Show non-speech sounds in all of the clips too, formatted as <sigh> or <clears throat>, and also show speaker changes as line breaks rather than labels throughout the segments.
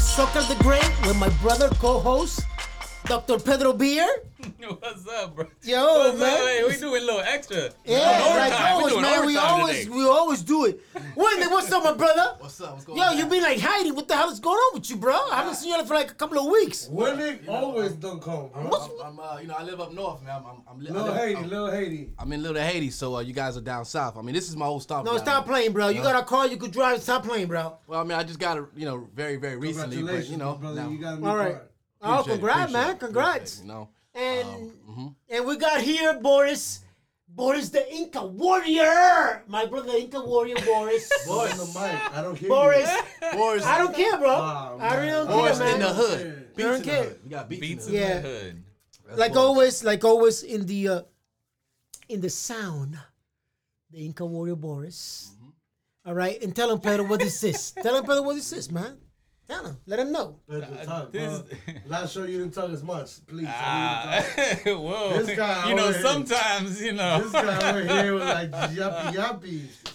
Soccer the Great with my brother co-host, Dr. Pedro Beer.
What's up, bro?
Yo,
What's
man.
Up? Hey, we doing a little extra.
Yeah,
Overtime.
like
we
always,
doing
man. We
overtime
always,
today.
we always do it. Wait a minute, what's up, my brother?
What's up? Oh, What's going
Yo,
on?
you been like hiding. What the hell is going on with you, bro? I haven't seen you for like a couple of weeks.
Women always don't come.
I'm,
Bro.
What's-
I'm, I'm, uh, you know, I live up north, man. I'm, I'm, I'm li- I
Little
live,
Haiti,
I'm,
little Haiti.
I'm in Little Haiti, so uh, you guys are down south. I mean, this is my whole stop.
No,
down
stop
here.
playing, bro. You got a car you could drive. Stop playing, bro.
Well, I mean, I just got it, you know, very, very recently, but
Congratulations,
you know,
my brother.
now-
You got a new
All right.
car.
Oh,
appreciate it,
congrats,
appreciate
man.
it,
Congrats.
appreciate it, You Um, mm-hmm. know,
And and we got here Boris, Boris the Inca Warrior, my brother the Inca Warrior Boris.
Boris, the mic. I don't
<laughs>
hear
Boris,
Boris,
I don't care, bro.
Wow,
I really don't
Boris
care, man.
in the
Yeah.
hood, beats
Don't
in the
care.
hood. We got beats,
Beats
in the
in
Yeah.
hood.
the hood.
That's
like
Boris.
always, like always in the uh, in the sound, the Inca Warrior Boris. All right, and tell him Pedro what this is. tell him Pedro what this is, man. Tell him, let him know.
Pedro, talk,
this-
bro. <laughs> Last show you didn't talk as much. Please. I
Ah,
need
<laughs>
to
whoa.
This guy
you know,
over here.
sometimes, you know.
talk. This guy over here was like yuppie yuppie.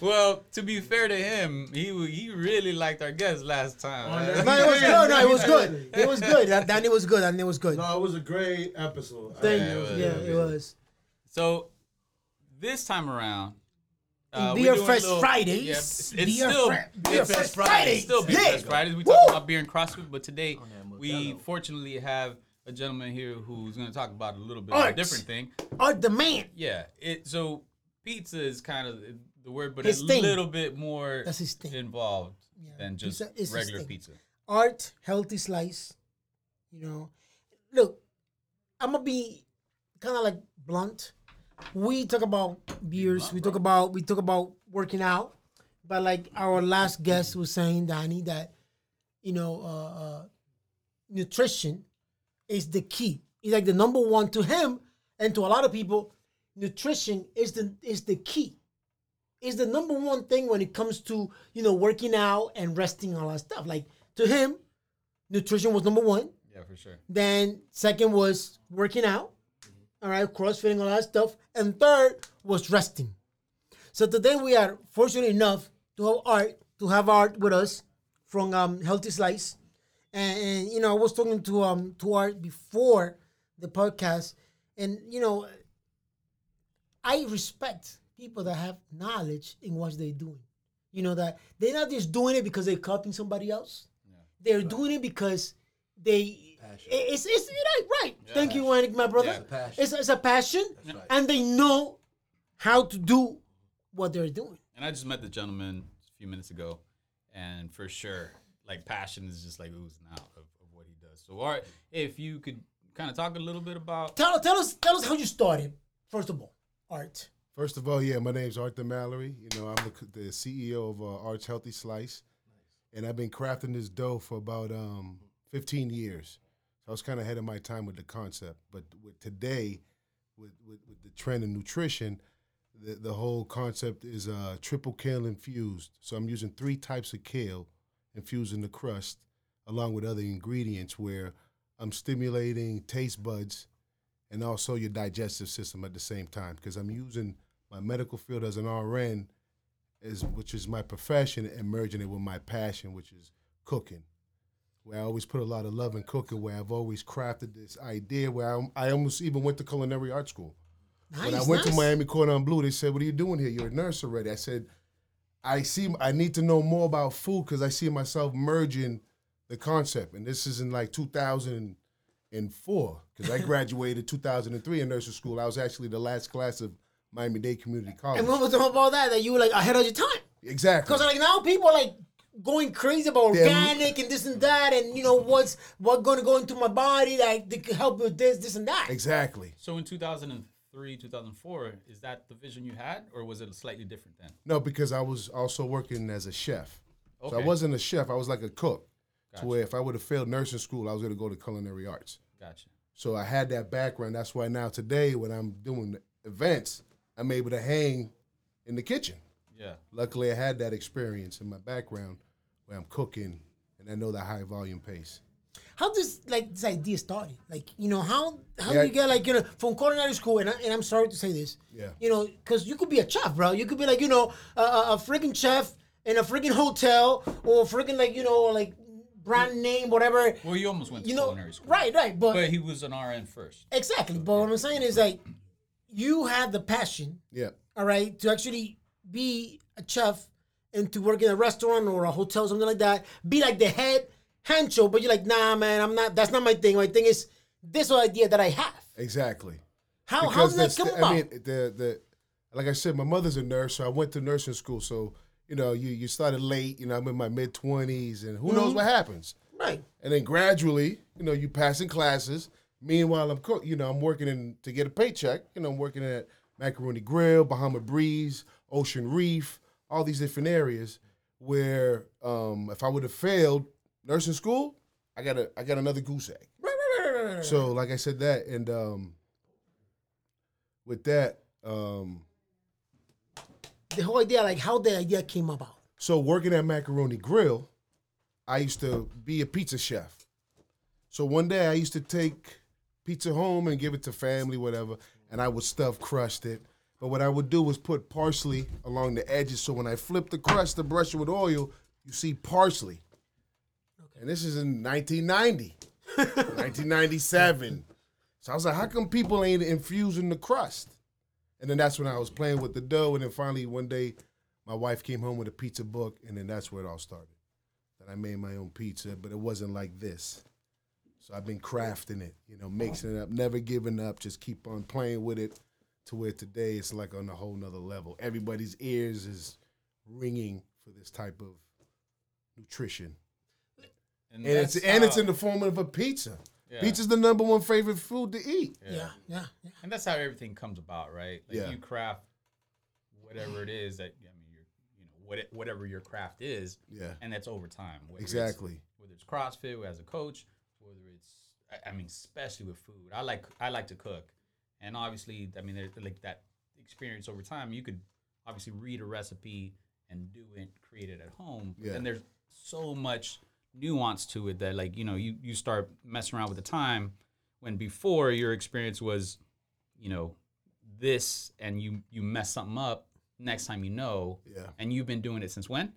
<laughs> Well, to be fair to him, he w- he really liked our guest last time.
Oh,
<laughs>
yeah.
No, it was good. No, it was good. It was good. That, that it was good. And it was good.
No, it was a great episode. I
Thank
mean,
you.
it was
Yeah,
good.
it was.
So this time around, uh,
Beer
we're doing a
Fest
little-
Fridays.
yeah, it's
Beer
still
Fra- Beer
it's
Fest Fridays.
Still Beer
Yeah.
Fest Fridays. We
Woo!
talk about beer and CrossFit, but today we
Modelo.
fortunately have a gentleman here who's going to talk about a little bit of a
Arts.
different thing.
Art the man.
Yeah. It so pizza is kind of the word, but
His
a
thing.
little bit more
That's his thing.
involved
Yeah,
than just
pizza is his
regular
thing.
pizza.
art, healthy slice. You know, look, I'm gonna be kind of like blunt. We talk about beers. we talk about we talk about working out, but like our last guest was saying, Danny, that you know, uh, uh, nutrition is the key. It's like the number one to him and to a lot of people. Nutrition is the is the key. Is the number one thing when it comes to you know working out and resting and all that stuff. Like to him, nutrition was number one.
Yeah, for sure.
Then second was working out. All right, crossfitting, all that stuff. And third was resting. So today we are fortunate enough to have art to have art with us from um, Healthy Slice. And, and you know, I was talking to um to art before the podcast, and you know, I respect people that have knowledge in what they're doing. You know that they're not just doing it because they're copying somebody else. They're doing it because they
Passion.
it- it's it's right right. Thank you, Juan, my brother.
Yeah,
passion.
It's it's a passion,
right.
and they know how to do what they're doing.
And I just met the gentleman a few minutes ago, and for sure, like passion is just like oozing out of, of what he does. So, all right, if you could kind of talk a little bit about
Tell tell us tell us how you started first of all, art.
First of all, yeah, my name's Arthur Mallory. You know, I'm the, c- the CEO of uh, Arch Healthy Slice, and I've been crafting this dough for about um, 15 years. So I was kind of ahead of my time with the concept, but with today, with, with, with the trend in nutrition, the, the whole concept is uh, triple kale infused. So I'm using three types of kale infused in the crust, along with other ingredients, where I'm stimulating taste buds and also your digestive system at the same time because I'm using my medical field as an RN, is which is my profession, and merging it with my passion, which is cooking. Where I always put a lot of love in cooking. Where I've always crafted this idea. Where I, I almost even went to culinary art school.
Nice,
when I went
nice.
to Miami Cordon Bleu, they said, "What are you doing here? You're a nurse already." I said, "I see. I need to know more about food because I see myself merging the concept." And this is in like 2004
<laughs>
because I graduated 2003 in nursing school. I was actually the last class of Miami Dade Community College.
And what was all about that? That you were like ahead of your time.
exactly.
Because like now people are like going crazy about
They're-
organic and this and that, and you know what's what going to go into my body that they could help with this, this and that.
exactly.
so in 2003, 2004. Is that the vision you had, or was it slightly different then?
No, because I was also working as a chef. So I
Okay.
wasn't a chef. I was like a cook. To where if I would have failed nursing school, I was going to go to culinary arts.
Gotcha.
So I had that background. That's why now today, when I'm doing events, I'm able to hang in the kitchen.
Yeah.
Luckily, I had that experience in my background where I'm cooking and I know that high volume pace.
How does like this idea started? Like you know how how
Yeah.
do you get like you know from culinary school? And, I, and I'm sorry to say this.
Yeah.
You know because you could be a chef, bro. You could be like you know a, a, a freaking chef in a freaking hotel or freaking like you know like brand name, whatever.
Well, you almost went to
You know,
culinary school.
right, right. But,
But he was an RN first.
exactly. But what I'm saying is like, you had the passion,
Yeah.
all right, to actually be a chef and to work in a restaurant or a hotel, something like that. Be like the head hancho, but you're like, nah, man, I'm not. That's not my thing. My thing is this idea that I have.
Exactly.
How how did that
that's
come
the-
about?
I mean, the the like I said, my mother's a nurse, so I went to nursing school. So you know, you you started late. You know, I'm in my mid twenties, and who knows what happens.
Mm-hmm. right.
And then gradually, you know, you passing classes. Meanwhile, I'm cook. You know, I'm working in to get a paycheck. You know, I'm working at Macaroni Grill, Bahama Breeze, Ocean Reef, all these different areas where um, if I would have failed nursing school, I got a I got another goose egg.
Right, right, right, right, right, right.
So like I said that and um with that um
the whole idea, like how the idea came about.
so working at Macaroni Grill, I used to be a pizza chef. So one day I used to take pizza home and give it to family whatever and I would stuff crust it. But what I would do was put parsley along the edges so when I flip the crust to brush it with oil, you see parsley. And this is in 1990, 1997. So I was like, how come people ain't infusing the crust? And then that's when I was playing with the dough. And then finally, one day, my wife came home with a pizza book. And then that's where it all started. That I made my own pizza, but it wasn't like this. So I've been crafting it, you know, mixing it up, never giving up, just keep on playing with it to where today it's like on a whole nother level. Everybody's ears is ringing for this type of nutrition. And it's
that's
and it's
how-
in the form of a pizza.
Yeah.
Pizza's the number one favorite food to eat.
Yeah.
Yeah, yeah, yeah.
And that's how everything comes about, right? Like
Yeah.
you craft whatever it is that I mean, you're, you know, what whatever your craft is,
Yeah.
and that's over time. whether it's-
Exactly.
Whether it's CrossFit as a coach, whether it's I- I mean, especially with food, I like I like to cook, and obviously, I mean, there's like that experience over time. You could obviously read a recipe and do it, create it at home.
Yeah.
Yeah. And there's so much nuance to it that like you know you you start messing around with the time when before your experience was you know this and you you mess something up next time you know
Yeah.
and you've been doing it since when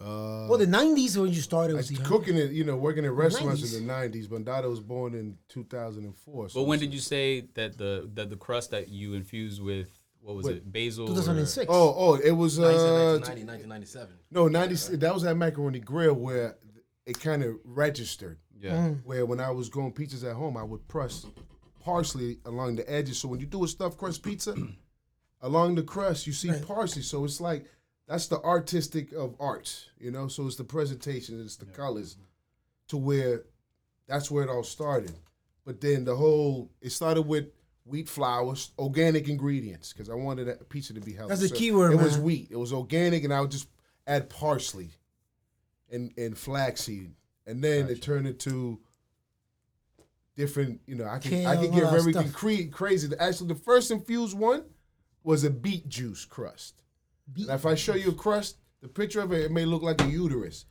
Uh,
Well, the '90s when you started
I
was
was
the
cooking it, you know, working at restaurants
90s.
in the '90s. Bandado was born in 2004. So
but when did you say that the that the crust that you infused with what was
What?
it basil or-
2006.
Oh, oh, it was uh,
1990, 1997.
no '90s. That was at Macaroni Grill where it kind of registered.
yeah
Mm.
Where when I was going pizzas at home, I would press parsley along the edges. So when you do a stuffed crust pizza, <clears throat> along the crust you see parsley. So it's like that's the artistic of arts, you know. So it's the presentation, it's the colors, to where that's where it all started. But then the whole it started with wheat flours, organic ingredients, because I wanted a pizza to be healthy.
That's the key word,
It was
man.
wheat. It was organic, and I would just add parsley and and flaxseed, and then it turned into different. You know, I can I
Kale,
can
all
get
that
very
stuff.
concrete, crazy. The- Actually, the first infused one was a beet juice crust.
Beet-
Now, if I show you a crust, the picture of it, it may look like a uterus.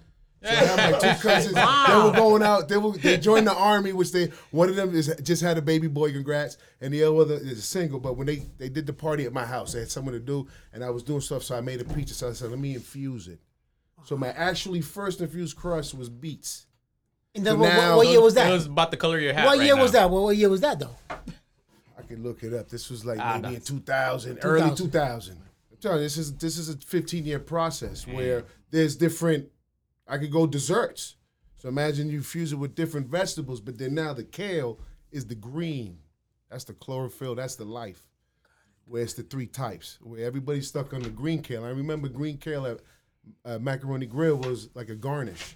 So I have my two cousins. They were going out. They were they joined the army, which they one of them is just had a baby boy, congrats, and the other is single. But when they they did the party at my house, they had something to do, and I was doing stuff, so I made a pizza. So I said, let me infuse it. So my actually first infused crust was beets.
and then
so
what,
now
what, what year
those-
was that?
it was about the color of your hat
what
right
year was
now.
that? What, what year was that though?
I can look it up. This was like
Ah,
maybe in
that's-
2000, early
2000.
2000. I'm telling you, this is this is a 15 year process
Mm.
where there's different. I could go desserts. So imagine you fuse it with different vegetables, but then now the kale is the green. That's the chlorophyll. That's the life. Where it's the three types. Where everybody's stuck on the green kale. I remember green kale at uh, Macaroni Grill was like a garnish.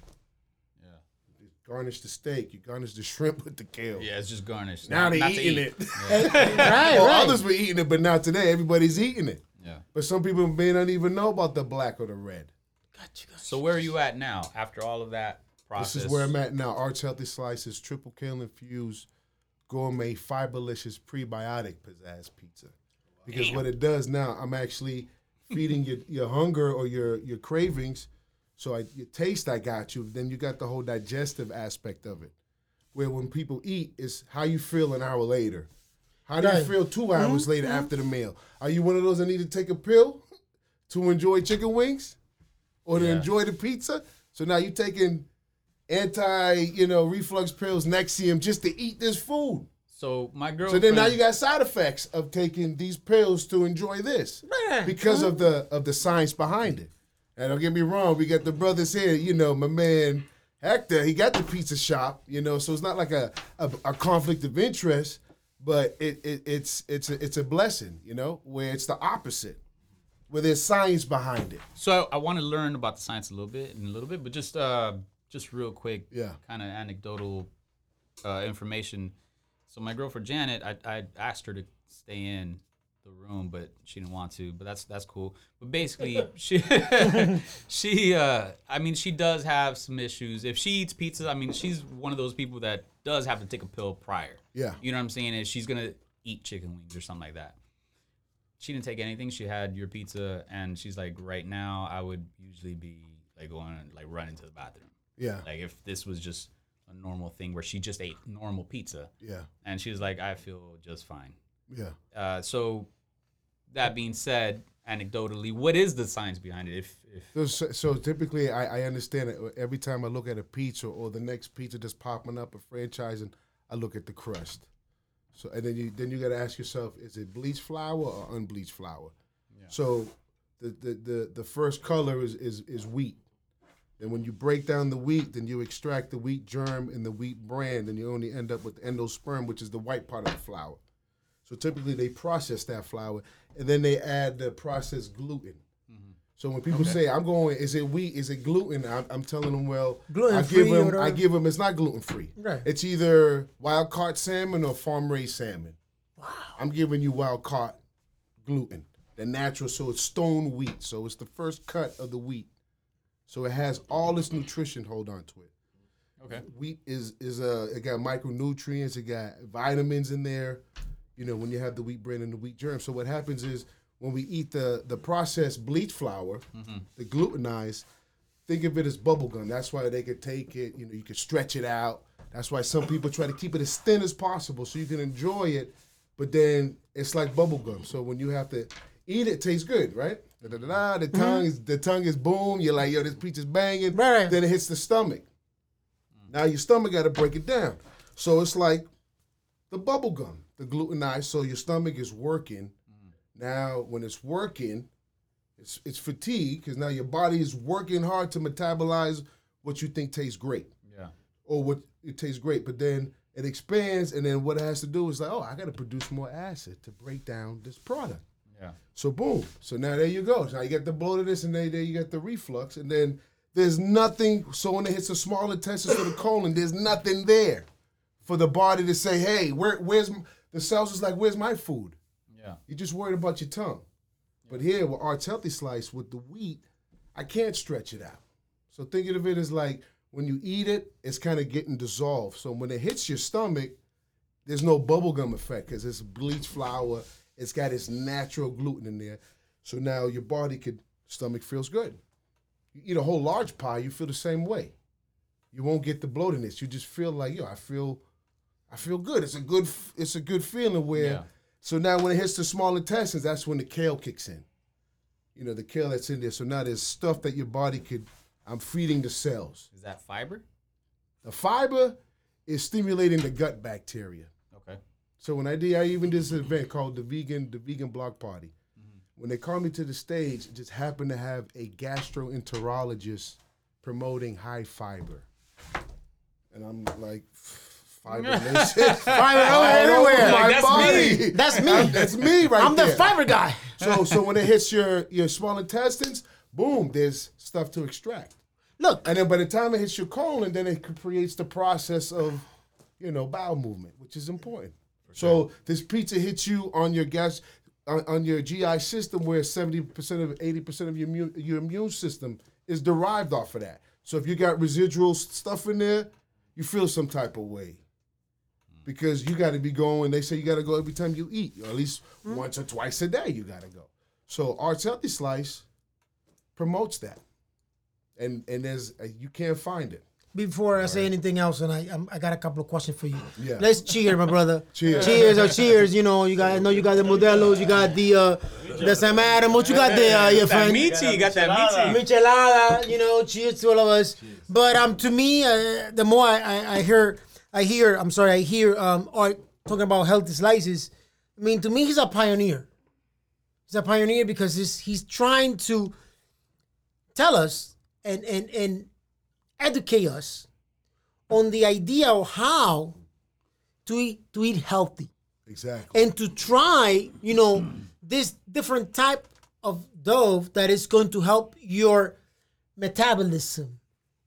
You garnish the steak. You garnish the shrimp <laughs> with the kale.
yeah it's just garnished
Now
Not-
they're
not to
eating
eat.
it.
Right,
Well,
right.
others were eating it, but not today. Everybody's eating it.
<laughs> yeah
But some people may not even know about the black or the red.
Gotcha, gotcha.
so where are you at now after all of that process
This is where I'm at now. Arch Healthy Slices, triple kale infused, gourmet, fiberlicious, prebiotic pizzazz pizza. Because what it does now,
<laughs>
I'm actually feeding your, your hunger or your, your cravings. So I, your taste, I got you. Then you got the whole digestive aspect of it. Where when people eat, it's how you feel an hour later. How do you
Right.
feel two hours later after the meal? Are you one of those that need to take a pill to enjoy chicken wings? or to
Yeah.
enjoy the pizza. So now you're taking anti, you know, reflux pills, Nexium, just to eat this food.
So my girl.
So then now you got side effects of taking these pills to enjoy this
Man.
because of the of the science behind it. And don't get me wrong, we got the brothers here. You know, my man Hector, he got the pizza shop. You know, so it's not like a a, a conflict of interest, but it, it it's it's a, it's a blessing. You know, where it's the opposite, where there's science behind it.
So I, I want to learn about the science a little bit and a little bit, but just uh, just real quick,
Yeah.
kind of anecdotal uh, information. So my girlfriend Janet, I, I asked her to stay in the room, but she didn't want to. But that's that's cool. But basically, she <laughs> she uh, I mean, she does have some issues. If she eats pizza, I mean, she's one of those people that does have to take a pill prior.
Yeah.
you know what I'm saying? Is she's gonna eat chicken wings or something like that she didn't take anything. She had your pizza, and she's like, right now, I would usually be like going like running to the bathroom.
Yeah,
Like if this was just a normal thing where she just ate normal pizza,
yeah,
and she was like, I feel just fine.
yeah.
Uh, so that being said, anecdotally, what is the science behind it? If if
So, so so typically, I, I understand it. Every time I look at a pizza or the next pizza that's popping up, a franchise, and I look at the crust. So and then you then you got to ask yourself: Is it bleached flour or unbleached flour? So the, the the the first color is is is wheat. And when you break down the wheat, then you extract the wheat germ and the wheat bran, and you only end up with endosperm, which is the white part of the flour. So typically, they process that flour, and then they add the processed gluten. So when people say, "I'm going," is it wheat? Is it gluten? I'm, I'm telling them, well, I give
Gluten-free
them,
or-
I give them. It's not gluten free.
Right.
It's either wild caught salmon or farm raised salmon. Wow. I'm giving you wild caught gluten, the natural. So it's stone wheat. So it's the first cut of the wheat. So it has all this nutrition. Hold on to it.
okay,
Wheat is is a it got micronutrients. It got vitamins in there. You know when you have the wheat bran and the wheat germ. So what happens is when we eat the the processed bleach flour, the glutenized. Think of it as bubble gum. That's why they could take it. You know you could stretch it out. That's why some people try to keep it as thin as possible so you can enjoy it. But then it's like bubble gum. So when you have to eat it, it tastes good, right? Da-da-da-da, the tongue is the tongue is boom. You're like, yo, this pizza's banging.
Right.
Then it hits the stomach. Now your stomach got to break it down. So it's like the bubble gum, the glutenized. So your stomach is working. Now when it's working, it's it's fatigue because now your body is working hard to metabolize what you think tastes great
yeah,
or what it tastes great, but then it expands, and then what it has to do is like, oh, I got to produce more acid to break down this product.
yeah,
So boom. So now there you go. So now you got the blow to this, and then there you got the reflux, and then there's nothing. So when it hits the small intestines or the colon, there's nothing there for the body to say, hey, where, where's m- the cells? Is like, where's my food?
yeah.
You're just worried about your tongue. But here with Art's Healthy Slice, with the wheat, I can't stretch it out. So thinking of it as like when you eat it, it's kind of getting dissolved. So when it hits your stomach, there's no bubblegum effect because it's bleached flour. It's got its natural gluten in there. So now your body could, stomach feels good. You eat a whole large pie, you feel the same way. You won't get the bloatedness. You just feel like, yo, I feel, I feel good. It's a good, f- it's a good feeling where
Yeah.
so now when it hits the small intestines, that's when the kale kicks in. You know, the kale that's in there. So now there's stuff that your body could I'm feeding the cells.
Is that fiber?
The fiber is stimulating the gut bacteria.
Okay,
So when I did, I even did this event called the vegan the vegan block party. When they called me to the stage, just happened to have a gastroenterologist promoting high fiber, and I'm like, fiber, this shit, fiber all
everywhere.
over my
Like, that's
body.
me.
That's me.
I'm- that's me right
I'm
there.
the fiber guy.
So so when it hits your your small intestines, boom, there's stuff to extract.
Look,
And then by the time it hits your colon, then it creates the process of, you know, bowel movement, which is important. So this pizza hits you on your gas, on, on your GI system, where seventy percent of eighty percent of your immune, your immune system is derived off of that. So if you got residual s- stuff in there, you feel some type of way. Because you got to be going. They say you got to go every time you eat, or at least
Hmm?
once or twice a day. You got to go. So Arts Healthy Slice promotes that and and there's uh, you can't find it.
before I say anything else, and I I'm, I got a couple of questions for you.
Yeah.
Let's cheer, my brother.
<laughs>
oh,
Cheers.
Cheers or cheers. You know, you got I know you got the Modelo's, you got the uh, The Sam Adam, what you got there, uh, your
that
friend?
Michi, got that
Michelada.
Michi.
Michelada, you know, cheers to all of us. But um, to me, uh, the more I, I, I hear, I hear, I'm sorry, I hear um, Art talking about healthy slices. I mean, to me, he's a pioneer. He's a pioneer because he's he's trying to tell us and and and educate us on the idea of how to eat to eat healthy
Exactly.
and to try, you know, this different type of dough that is going to help your metabolism.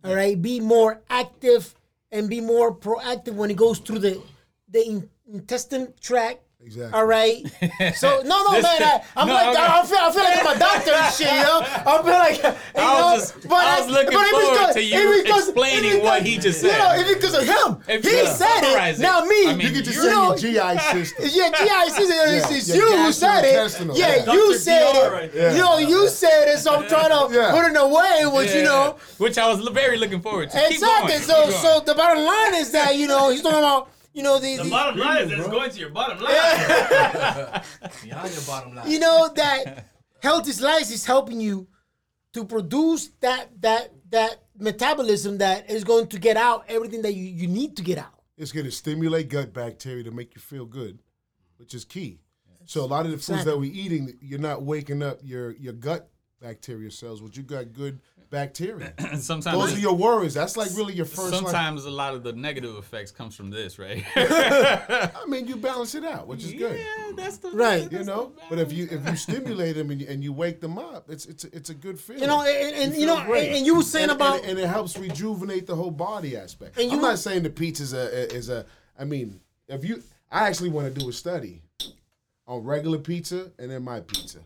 All right, be more active and be more proactive when it goes through the the in- intestine tract.
Exactly.
All
<laughs>
right. So no, no, man. I, I'm
No,
like
okay.
I, I feel I feel like I'm a doctor and shit. You know, I feel like <laughs> you
I
know.
was just- I was looking
if it's
forward
good-
to
if
you
it's good-
explaining
if it's
what
good-
he just
You know,
said.
if it's because of him,
If
he
you
said it.
summarize it,
Now me,
I mean,
you could just
you
say
know,
your GI system.
<laughs> yeah, GI system. It's,
Yeah,
it's
your
you who said it.
gastrointestinal.
Yeah,
Yeah.
you
Dr.
said
DR
it.
right
there.
You know, you said it. So I'm trying to
Yeah.
put it away, which you know.
which I was l- very looking forward to. Keep
Exactly.
going,
So,
keep going.
so the bottom line is that you know he's talking about you know the, the-
The bottom line is it's going to your bottom line.
Behind your bottom line.
you know that healthy slice is helping you to produce that that that metabolism that is going to get out everything that you, you need to get out.
It's going to stimulate gut bacteria to make you feel good, which is key. So a lot of the foods that we're eating, you're not waking up your, your gut bacteria cells, but you got good bacteria.
and sometimes
Those are
it's-
your worries. That's like really your first. Line.
sometimes a lot of the negative effects comes from this, right?
<laughs> I mean, you balance it out, which is good.
that's the
Right.
You know, but if you
<laughs>
if you stimulate them and you, and you wake them up, it's it's it's a good feeling.
You know, and, and you,
feel
know,
great.
and, and you were saying
And- and-
about
and, it helps rejuvenate the whole body aspect.
And you
I'm
were-
not saying the pizza's a is a. I mean, if you, I actually want to do a study on regular pizza and then my pizza,
<laughs>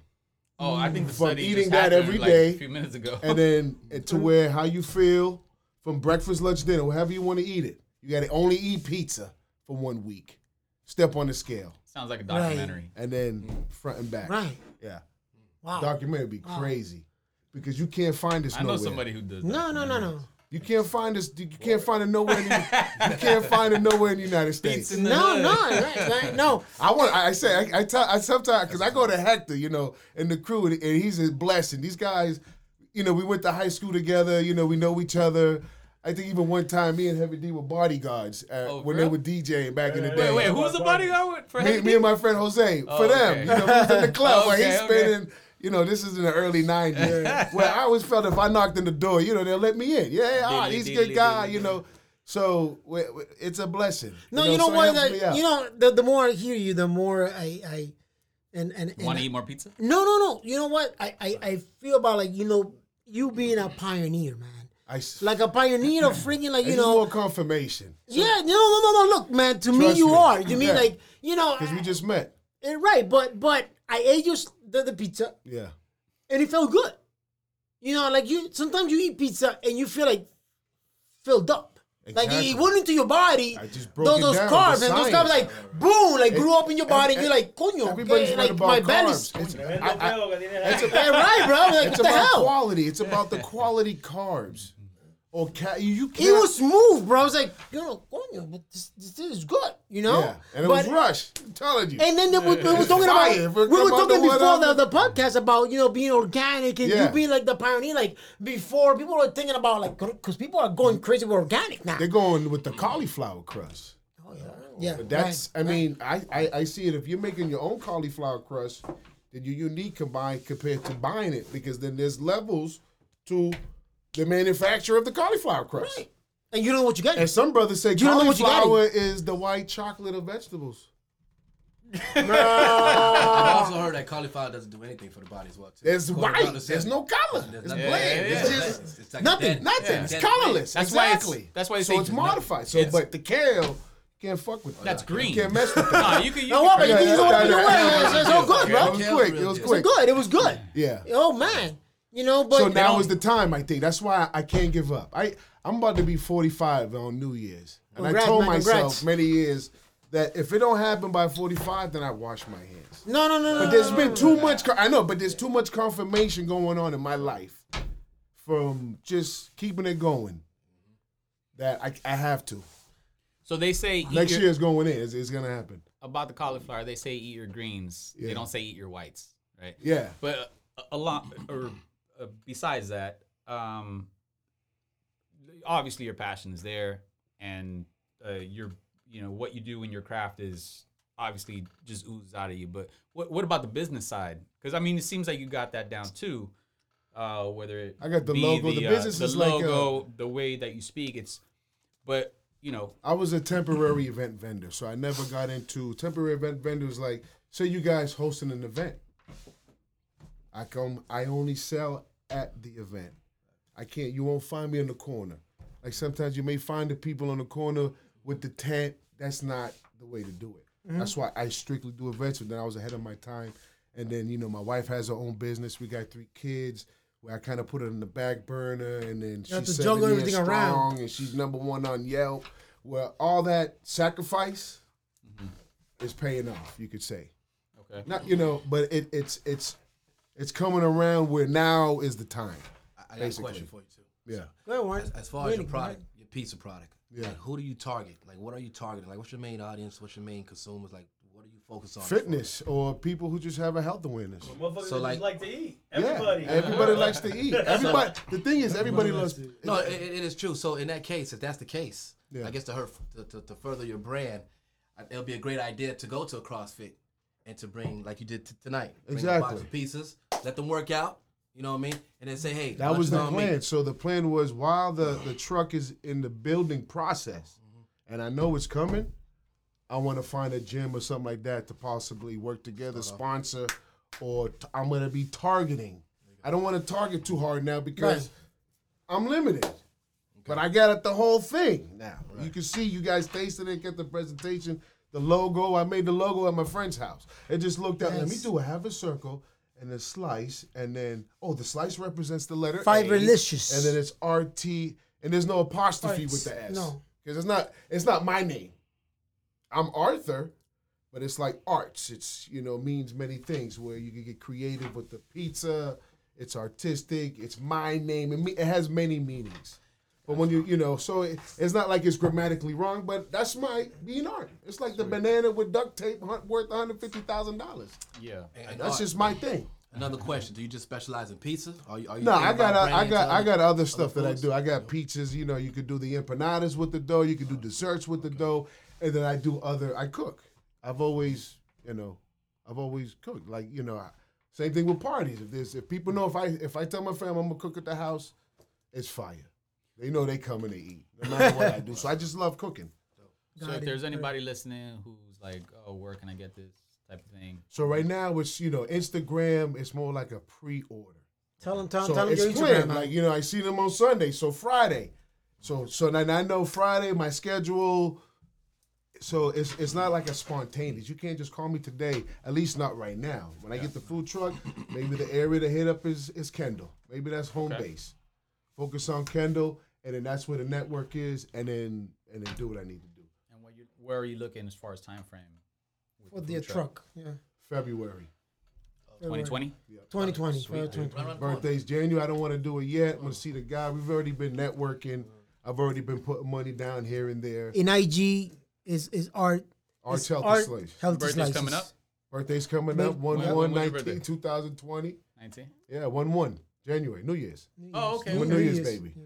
Oh, I think the
From
study just
eating that
happened,
every
like,
day,
a few minutes ago.
<laughs>
and then and to where how you feel from breakfast, lunch, dinner, whatever you want to eat it. You got to only eat pizza for one week. Step on the scale,
<laughs> Sounds like a documentary.
and then front and back.
Mm. right.
Yeah.
Wow.
Documentary would be crazy because you can't find this
I know
nowhere.
somebody who does.
No, no, no,
documentaries.
no.
<laughs>
You can't find this. You can't find it nowhere. In, the- you can't find it nowhere in the United States.
in the
No,
hood.
no, right, right, no.
I want. I I say. I, I tell. I sometimes because I go to Hector, you know, and the crew, and and he's a blessing. These guys, you know, we went to high school together. You know, we know each other. I think even one time, me and Heavy D were bodyguards uh
Oh,
when
really?
they were DJing back in the day.
Wait, wait, who was the bodyguard with- for
me,
Heavy
me
D?
and my friend Jose for
Oh,
them.
okay.
You know, he was in the club
Oh,
where he's
okay, okay.
spinning. You know, this is in the early '90s. <laughs> Where I always felt if I knocked on the door, you know, they'll let me in. Yeah, yeah, all right,
Diddly,
he's a good
diddly,
guy.
diddly,
You know, so we- we- it's a blessing.
No, you know
so it
what?
helps me
That,
out.
you know, the, the more I hear you, the more I, I and and, and
Want to eat more pizza?
no, no, no. You know what? I, I I feel about like you know you being a pioneer, man.
I s-
Like a pioneer of freaking like
it's
you
more
know.
confirmation
Yeah, no, no, no, no. Look, man. To me,
Trust
you
me.
are. You mean
Yeah.
like you know?
because we just met.
eh, right, but but I ate your s- the, the pizza
Yeah,
and it felt good. You know, like you sometimes you eat pizza and you feel like filled up. Like
Exactly.
it went into your body.
I just broke
those
it
those
down,
carbs
the
and those carbs
science.
like boom, like grew up in your body.
and-
and you're like, coño,
everybody's
okay,
right
like
about
my body's.
carbs. It's,
Tremendo feo que tiene la-
<laughs> Yeah, right, bro. Like
it's
what the
about
hell?
quality. It's about the quality carbs. Or ca- you you can't.
It was smooth, bro. I was like, you know, coño, but this this is good, you know.
yeah, and it
But-
was rush. I'm telling you.
And then we, we were talking
Fire.
about
If it
we
come
were
out
talking
the
before the,
water-
the podcast about you know being organic and
Yeah.
you being like the pioneer. Like before, people were thinking about like because people are going crazy with organic now.
They're going with the cauliflower crust.
Oh, yeah, yeah.
But that's, I mean, I, I, I see it. If you're making your own cauliflower crust, then you're unique combined compared to buying it because then there's levels to the manufacturer of the cauliflower crust.
right. and you know what you got.
And some brothers say
You don't know what you got
cauliflower is the white chocolate of vegetables.
I also heard that cauliflower doesn't do anything for the body as well. Too.
It's
Cauliflower
white.
does
There's no
nothing.
color.
There's
It's
nothing.
bland.
Yeah,
It's
yeah,
just
It's like
nothing,
dead-
nothing.
yeah.
It's
dead
colorless.
That's why it's-
exactly.
that's why they
so
say
it's
it's
modified. So,
it's-
but the kale you can't fuck with.
That's
that.
green.
You can't mess
<laughs>
with
No,
that.
you could. You
No, what, but you
could
Yeah,
can just
yeah,
open it
yeah,
away.
yeah,
It's, it's all good,
It
bro.
was
It
Okay.
quick. It
It's
was
a
was
quick.
good. It was good.
Yeah.
Oh man, you know, but
So now
don't-
is the time, I think. That's why I can't give up. I I'm about to be 45 on New Year's, and
Congrats,
I told
man,
myself
congrats.
many years that if it don't happen by 45, then I wash my hands.
no, no, no, no.
But
no,
there's
no,
been too much. I know, but there's too much confirmation going on in my life from just keeping it going. That I, I have to.
So they say eat
Next
your-
year is going in. It's, it's gonna happen.
about the cauliflower. They say eat your greens.
Yeah.
They don't say eat your whites. right?
Yeah.
But uh, a lot, or uh, besides that, um, obviously your passion is there, and uh, your you know what you do in your craft is obviously just oozes out of you. But what what about the business side? Because I mean, it seems like you got that down too. Uh, whether it
I got the
be
logo. The business
the
is like, uh,
logo, the way that you speak. It's but you know
I was a temporary event vendor, so I never got into temporary event vendors. Like, say you guys hosting an event, I come, I only sell at the event. I can't. You won't find me in the corner. Like sometimes you may find the people on the corner with the tent. That's not the way to do it.
Mm-hmm.
That's why I strictly do events. But then I was ahead of my time, and then you know my wife has her own business. We got three kids. Where I kind of put it in the back burner, and then
have
she's
to juggle
70 years
everything
strong,
around.
and she's number one on Yelp. Well, all that sacrifice is paying off, you could say.
okay
Not you know, but it, it's it's it's coming around where now is the time.
I, I got a
Basically.
question for you too.
Yeah.
Go ahead, Warren.
As, as far as
Really
your
good.
product, your piece of product,
Yeah.
like who do you target? Like, what are you targeting? Like, what's your main audience? What's your main consumers? Like, what are you focused on? as far as-
Fitness or people who just have a health awareness.
Motherfuckers
So,
just
like-
like to eat.
Everybody.
Everybody.
Yeah, everybody likes to eat. Everybody. The thing is, everybody loves.
No, it, it it is true. So in that case, if that's the case,
Yeah.
I guess to, her, to, to to further your brand, I- it'll be a great idea to go to a CrossFit and to bring like you did t- tonight. Bring A box
Exactly.
of pieces. Let them work out. You know what I mean? And then say, hey,
That
lunch
was
is
the
on me.
plan. So the plan was while the, the truck is in the building process, and I know it's coming, I want to find a gym or something like that to possibly work together, sponsor, or t- I'm going to be targeting. I don't want to target too hard now because I'm limited. But I got it the whole thing now. You can see you guys tasted it, get the presentation, the logo. I made the logo at my friend's house. It just looked out. Let me
Yes.
do a half a circle and a slice, and then oh, the slice represents the letter A,
Fiberlicious.
and then it's RT, and there's no apostrophe
Arts,
with the S.
no.
because it's not it's not my name. I'm Arthur, but it's like arts. It's you know means many things. Where you can get creative with the pizza. It's artistic. It's my name. It, me- it has many meanings. But when you you know, so it, it's not like it's grammatically wrong. But that's my being art. It's like the banana with duct tape hun- worth one hundred fifty thousand dollars.
yeah
And
That's
art.
just my thing.
another question. Do you just specialize in pizza? Are you, are you
No,
thinking
I got
about
I I
branding
got
into
I
other- Oh.
got other stuff that I
foods?
do. I got pizzas. You know, you could do the empanadas with the dough. You could do desserts with the dough, and then I do other. I cook. I've always you know, I've always cooked. Like you know, I- same thing with parties. If there's if people know if I if I tell my family I'm gonna cook at the house, it's fire. They know they coming to eat no matter what I do. So I just love cooking.
so if there's anybody listening who's like oh where can i get this type of thing
So right now it's you know Instagram. It's more like a pre-order.
Tell them, tell them,
so
tell them
it's
your
clear.
Instagram. man.
Like you know, I see them on Sunday, so Friday. So so then I know Friday my schedule. So it's it's not like a spontaneous. You can't just call me today. At least not right now. When I get the food truck, maybe the area to hit up is is Kendall. Maybe that's home base. Focus on Kendall, and then that's where the network is, and then and then do what I need to do.
and what you where are you looking as far as time frame
With their truck. Yeah.
February
2020
2020. uh, 2020.
Right around the corner.
birthday's January. I don't want to do it yet. I want to see the guy. We've already been networking. I've already been putting money down here and there.
In IG is is art.
Art
is
Healthy
art,
Slaves.
Healthy
birthday's
Slices.
coming up
Birthday's coming up,
When-
1
when-
1
when's your
19,
birthday?
2020.
19
Yeah, 1 1, January, New Year's.
Oh, okay.
New,
New
New Year's, baby.
Yeah.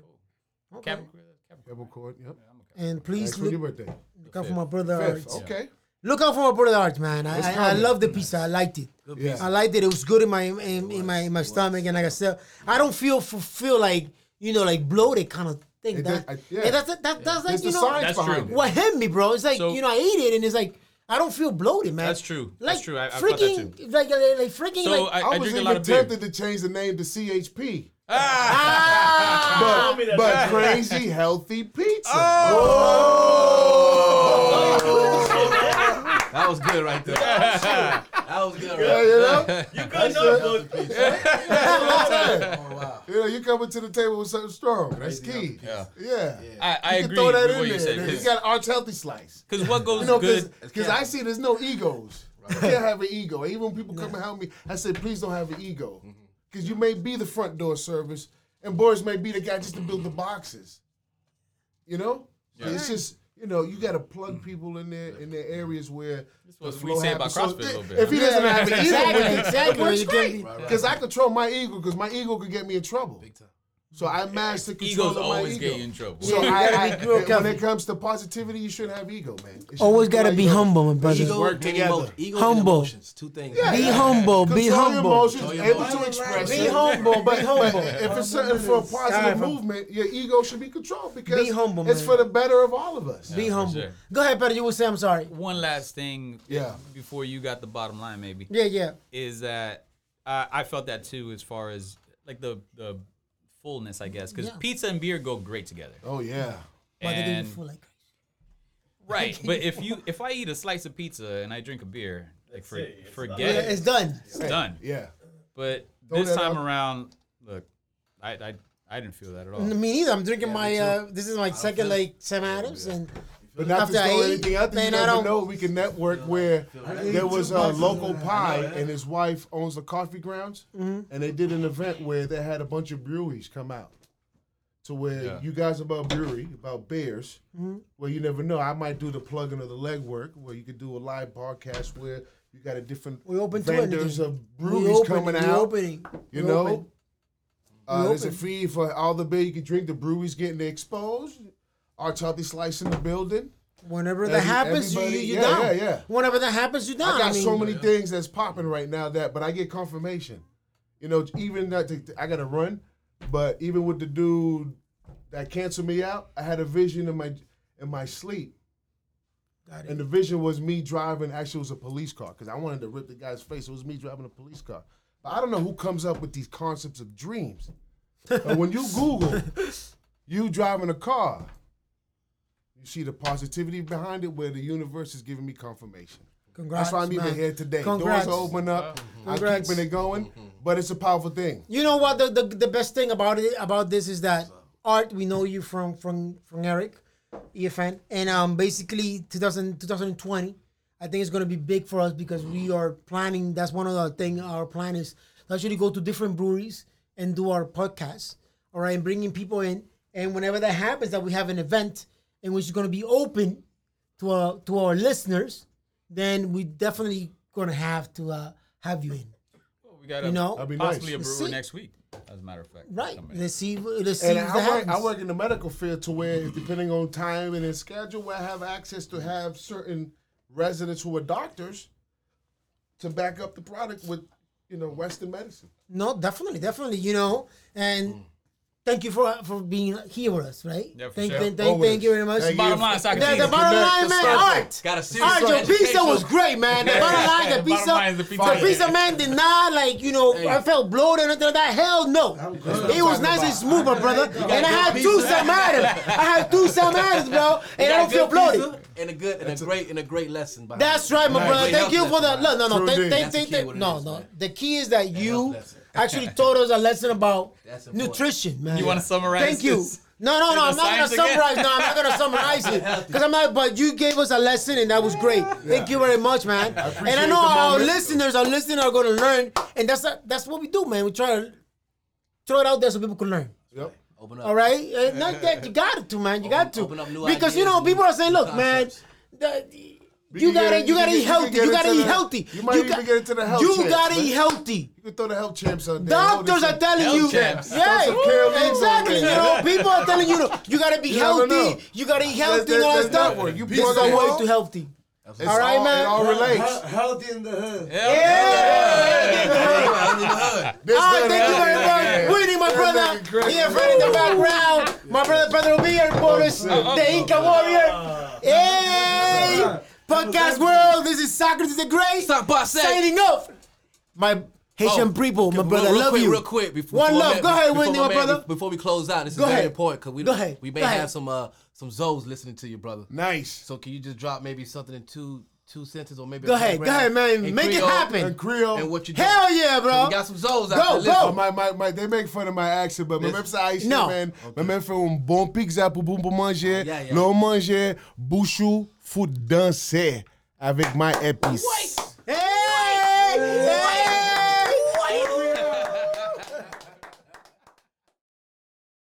Okay.
Capricorn. Capricorn.
Pebble Court, yep.
And
Thanks
please
for your
look,
birthday.
look out for my brother
Fifth,
art.
okay.
Look out for my brother art, man. I,
It's
I, I
coming.
love the pizza. I liked it.
Yeah.
I liked it. It was good in my in, in my in my stomach, and like I said, I don't feel feel like you know like bloated kind of thing.
It
That,
did- I- yeah.
and that's that, that's like
There's
you
the
know
science
That's
behind
true.
it.
what hit me, bro. It's like
So-
you know I ate it, and it's like I don't feel bloated, man.
That's true.
Like
That's true. I- I felt that
freaking
too.
like like like freaking
So
like
I, I,
I, was
drink a
even
lot of beer. <laughs>
tempted to change the name to CHP.
ah.
But,
told me that.
but crazy healthy pizza.
Oh.
That was good right there. that was good. Right
<laughs>
Yeah,
there.
you know?
You got no food.
Oh, wow.
you know, you coming to the table with something strong. That's key.
Yeah.
Yeah.
I, I
You can
agree
throw that
with
in
what you
there. You
said.
got Arts Healthy Slice.
Because what goes
You know,
good.
because I see there's no egos. You can't have an ego. Even when people come and help me, I say, please don't have an ego.
Mm-hmm.
Because you may be the front door service, and Boris may be the guy just to build the boxes. You know? It's just, you know, you got to plug people in there in their areas where this
was what we say about CrossFit a little bit,
If he
huh?
doesn't have an eagle,
Exactly,
with it,
exactly.
it works
You can't
great.
be-
Right, right.
Because I control my ego, because my ego could get me in trouble.
Big time.
So I managed to control
Egos
my
always
ego.
get you in trouble.
Yeah,
So
you gotta be
I, I,
real
when
careful.
it comes to positivity, you shouldn't have ego, man. It should
Always
control
gotta
my
be
ego.
humble, my brother.
Ego,
work
and
together.
emo- ego
Humble.
and emotions. Two things.
Yeah,
Be
yeah.
humble.
Control
Be
your
humble.
emotions,
Control your
able to
emotions.
express
Be
it.
humble. Be
But-
humble.
But if it's something for a positive
Sorry.
movement, your ego should be controlled because
Be humble,
it's
man.
for the better of all of us.
Be
for
humble.
sure.
Go ahead, Peter. You would say I'm sorry.
One last thing,
Yeah.
before you got the bottom line, maybe
Yeah, yeah.
is that I I felt that too, as far as like the the fullness, I guess, because
Yeah.
pizza and beer go great together.
Oh yeah.
Why they give
And-
you food like crazy? <laughs>
Right, but if you if I eat a slice of pizza and I drink a beer, like for,
it, it's
forget
Yeah,
it,
it's done.
it's done.
Yeah.
But
Throw
this
that
time
out.
around, look, I, I I didn't feel that at all.
Me
Oh.
neither. I'm drinking my.
me
Uh, this is my second
feel-
like Sam Adams, and
But not
After
to
I
throw
eat,
anything out there, you
man, I
never
don't-
know. We can network where
that.
there was
I
a
ate two
local
boxes of that. I
pie
know that.
and his wife owns the coffee grounds,
Mm-hmm.
and they did an event where they had a bunch of breweries come out. To where
Yeah.
you guys about brewery, about beers,
Mm-hmm.
where you never know. I might do the plugging of the legwork, where you could do a live podcast where you got a different
we open to it.
vendors
nigga.
of
We
breweries
open,
coming
we
out.
Opening.
You
We
know,
open.
uh,
We
there's a
open.
fee for all the beer you can drink. The breweries getting exposed. Our Charlie Slice in the building.
Whenever that
Every-
happens, you you
everybody-
you
yeah,
down.
yeah, yeah.
Whenever that happens, you down.
I got
mean,
so many things that's popping right now that, but I get confirmation. You know, even that I got to run, but even with the dude that canceled me out, I had a vision in my in my sleep,
Got
and the vision was me driving. Actually, it was a police car because I wanted to rip the guy's face. It was me driving a police car. But I don't know who comes up with these concepts of dreams. but when you
<laughs>
Google you driving a car, you see the positivity behind it, where the universe is giving me confirmation.
Congrats,
That's why I'm
man.
even here today.
Congrats.
Doors are open up. I'm
Congrats.
keeping it going, but it's a powerful thing.
You know what the, the, the best thing about it about this is that art we know you from from from Eric, EFN, and um basically 2000, 2020, I think it's gonna be big for us because we are planning. That's one of the thing our plan is to actually go to different breweries and do our podcasts. All right, and bringing people in, and whenever that happens, that we have an event in which is gonna be open to our to our listeners, then we definitely gonna have to uh, have you in.
Well, we got a,
You know? That'd
be
possibly
nice.
a brewer
See-
next week, as a matter of fact.
Right.
coming.
Let's see. Let's see.
And
if
I
that
work, I
happens.
work in the medical field to where, depending on time and his schedule, where I have access to have certain residents who are doctors to back up the product with, you know, Western medicine.
No, definitely, definitely. You know, and thank you for for being here with us. Right.
Yeah, for
thank,
sure.
thank, thank, thank
Always.
you very much.
Thank
Bottom line, soccer
The, the
team.
bottom
Connect
line,
the
man.
circle.
Art.
Got a serious
Art, your pizza
educational-
was great, man. The bottom line, the
Bottom line
pizza,
is the
the
pizza
pizza,
was
man did not like you know. I felt bloated or anything like that. Hell no.
good.
It was nice and smooth, my brother. And I had two Sam Adams. I had two Sam Adams, bro. And I don't feel bloated.
And a good and a great and a great lesson. behind
That's
it.
right, my
Right.
brother.
Great
Thank you
health
for the
lesson.
no, no, no.
True
Thank, thank,
indeed.
That's the
thank,
key
thank.
what it
No,
is,
no.
man.
The key is that you
lesson.
actually taught us a lesson about
That's important.
nutrition, man.
You wanna summarize
Thank you.
this?
No, no, no. I'm not
the
gonna
science again?
summarize. No, I'm not gonna summarize it because I'm not. But you gave us a lesson, and that was great. Thank you very much, man. and I
appreciate
know
the
our
moment.
listeners, our listeners are gonna learn, and that's that's what we do, man. We try to throw it out there so people can learn.
Yep.
Open up.
All right,
<laughs>
Uh, not that you got to, man. You got to
open up new
because you
ideas
know
and
people are saying,
new
"Look, man,
concepts.
the-
We
you
can get
gotta,
in-
you gotta
can-
eat
can
healthy.
get
You gotta
into
eat
the-
healthy.
You might even
got-
get into the health
You
champs,
gotta
man.
eat healthy.
You can throw the health champs out there. All this
Doctors are
shit.
telling
Health
you,
champs.
yeah,
Don't care anymore,
exactly. You
<laughs>
man.
know, people are telling you, you gotta be
You never know.
healthy. You gotta eat healthy
There's-
and all that
there's
stuff.
network. You
This
plug
is the
in.
way to healthy.
It's
All right, man.
It all relates.
He- Healthy in the hood.
This
All right,
that
thank you very
health champ.
much. We need my
That
brother
nigga crazy.
here, friend in the background. My brother Pedro Beer, bonus, the Inca Warrior. Hey, podcast world. This is Socrates the Great.
Stop by saying-
Signing off. My Haitian
Oh,
people, my
real-
brother,
real
love
quick,
you.
Real quick, before,
One
before
love.
man-
Go ahead,
before
Wendy, my
man-
brother.
Before we close out, this is
Go
very
ahead.
important because we
Go ahead.
we may
Go ahead.
have some uh some zoes listening to you, brother.
Nice.
So can you just drop maybe something in two two sentences or maybe
Go
a
ahead, go
paragraph
ahead, man.
in
Make it
Creole
And
happen.
Creole.
And what you do?
Hell yeah, bro.
We got some zoes out
Go,
there. listening.
go.
Oh, my, my, my, they make fun of my accent, but même ça haïtien,
No.
man. Même fait un bon pizza pour bon pour manger,
Yeah, yeah.
l'on manger, bouchou, foot danser avec my épice.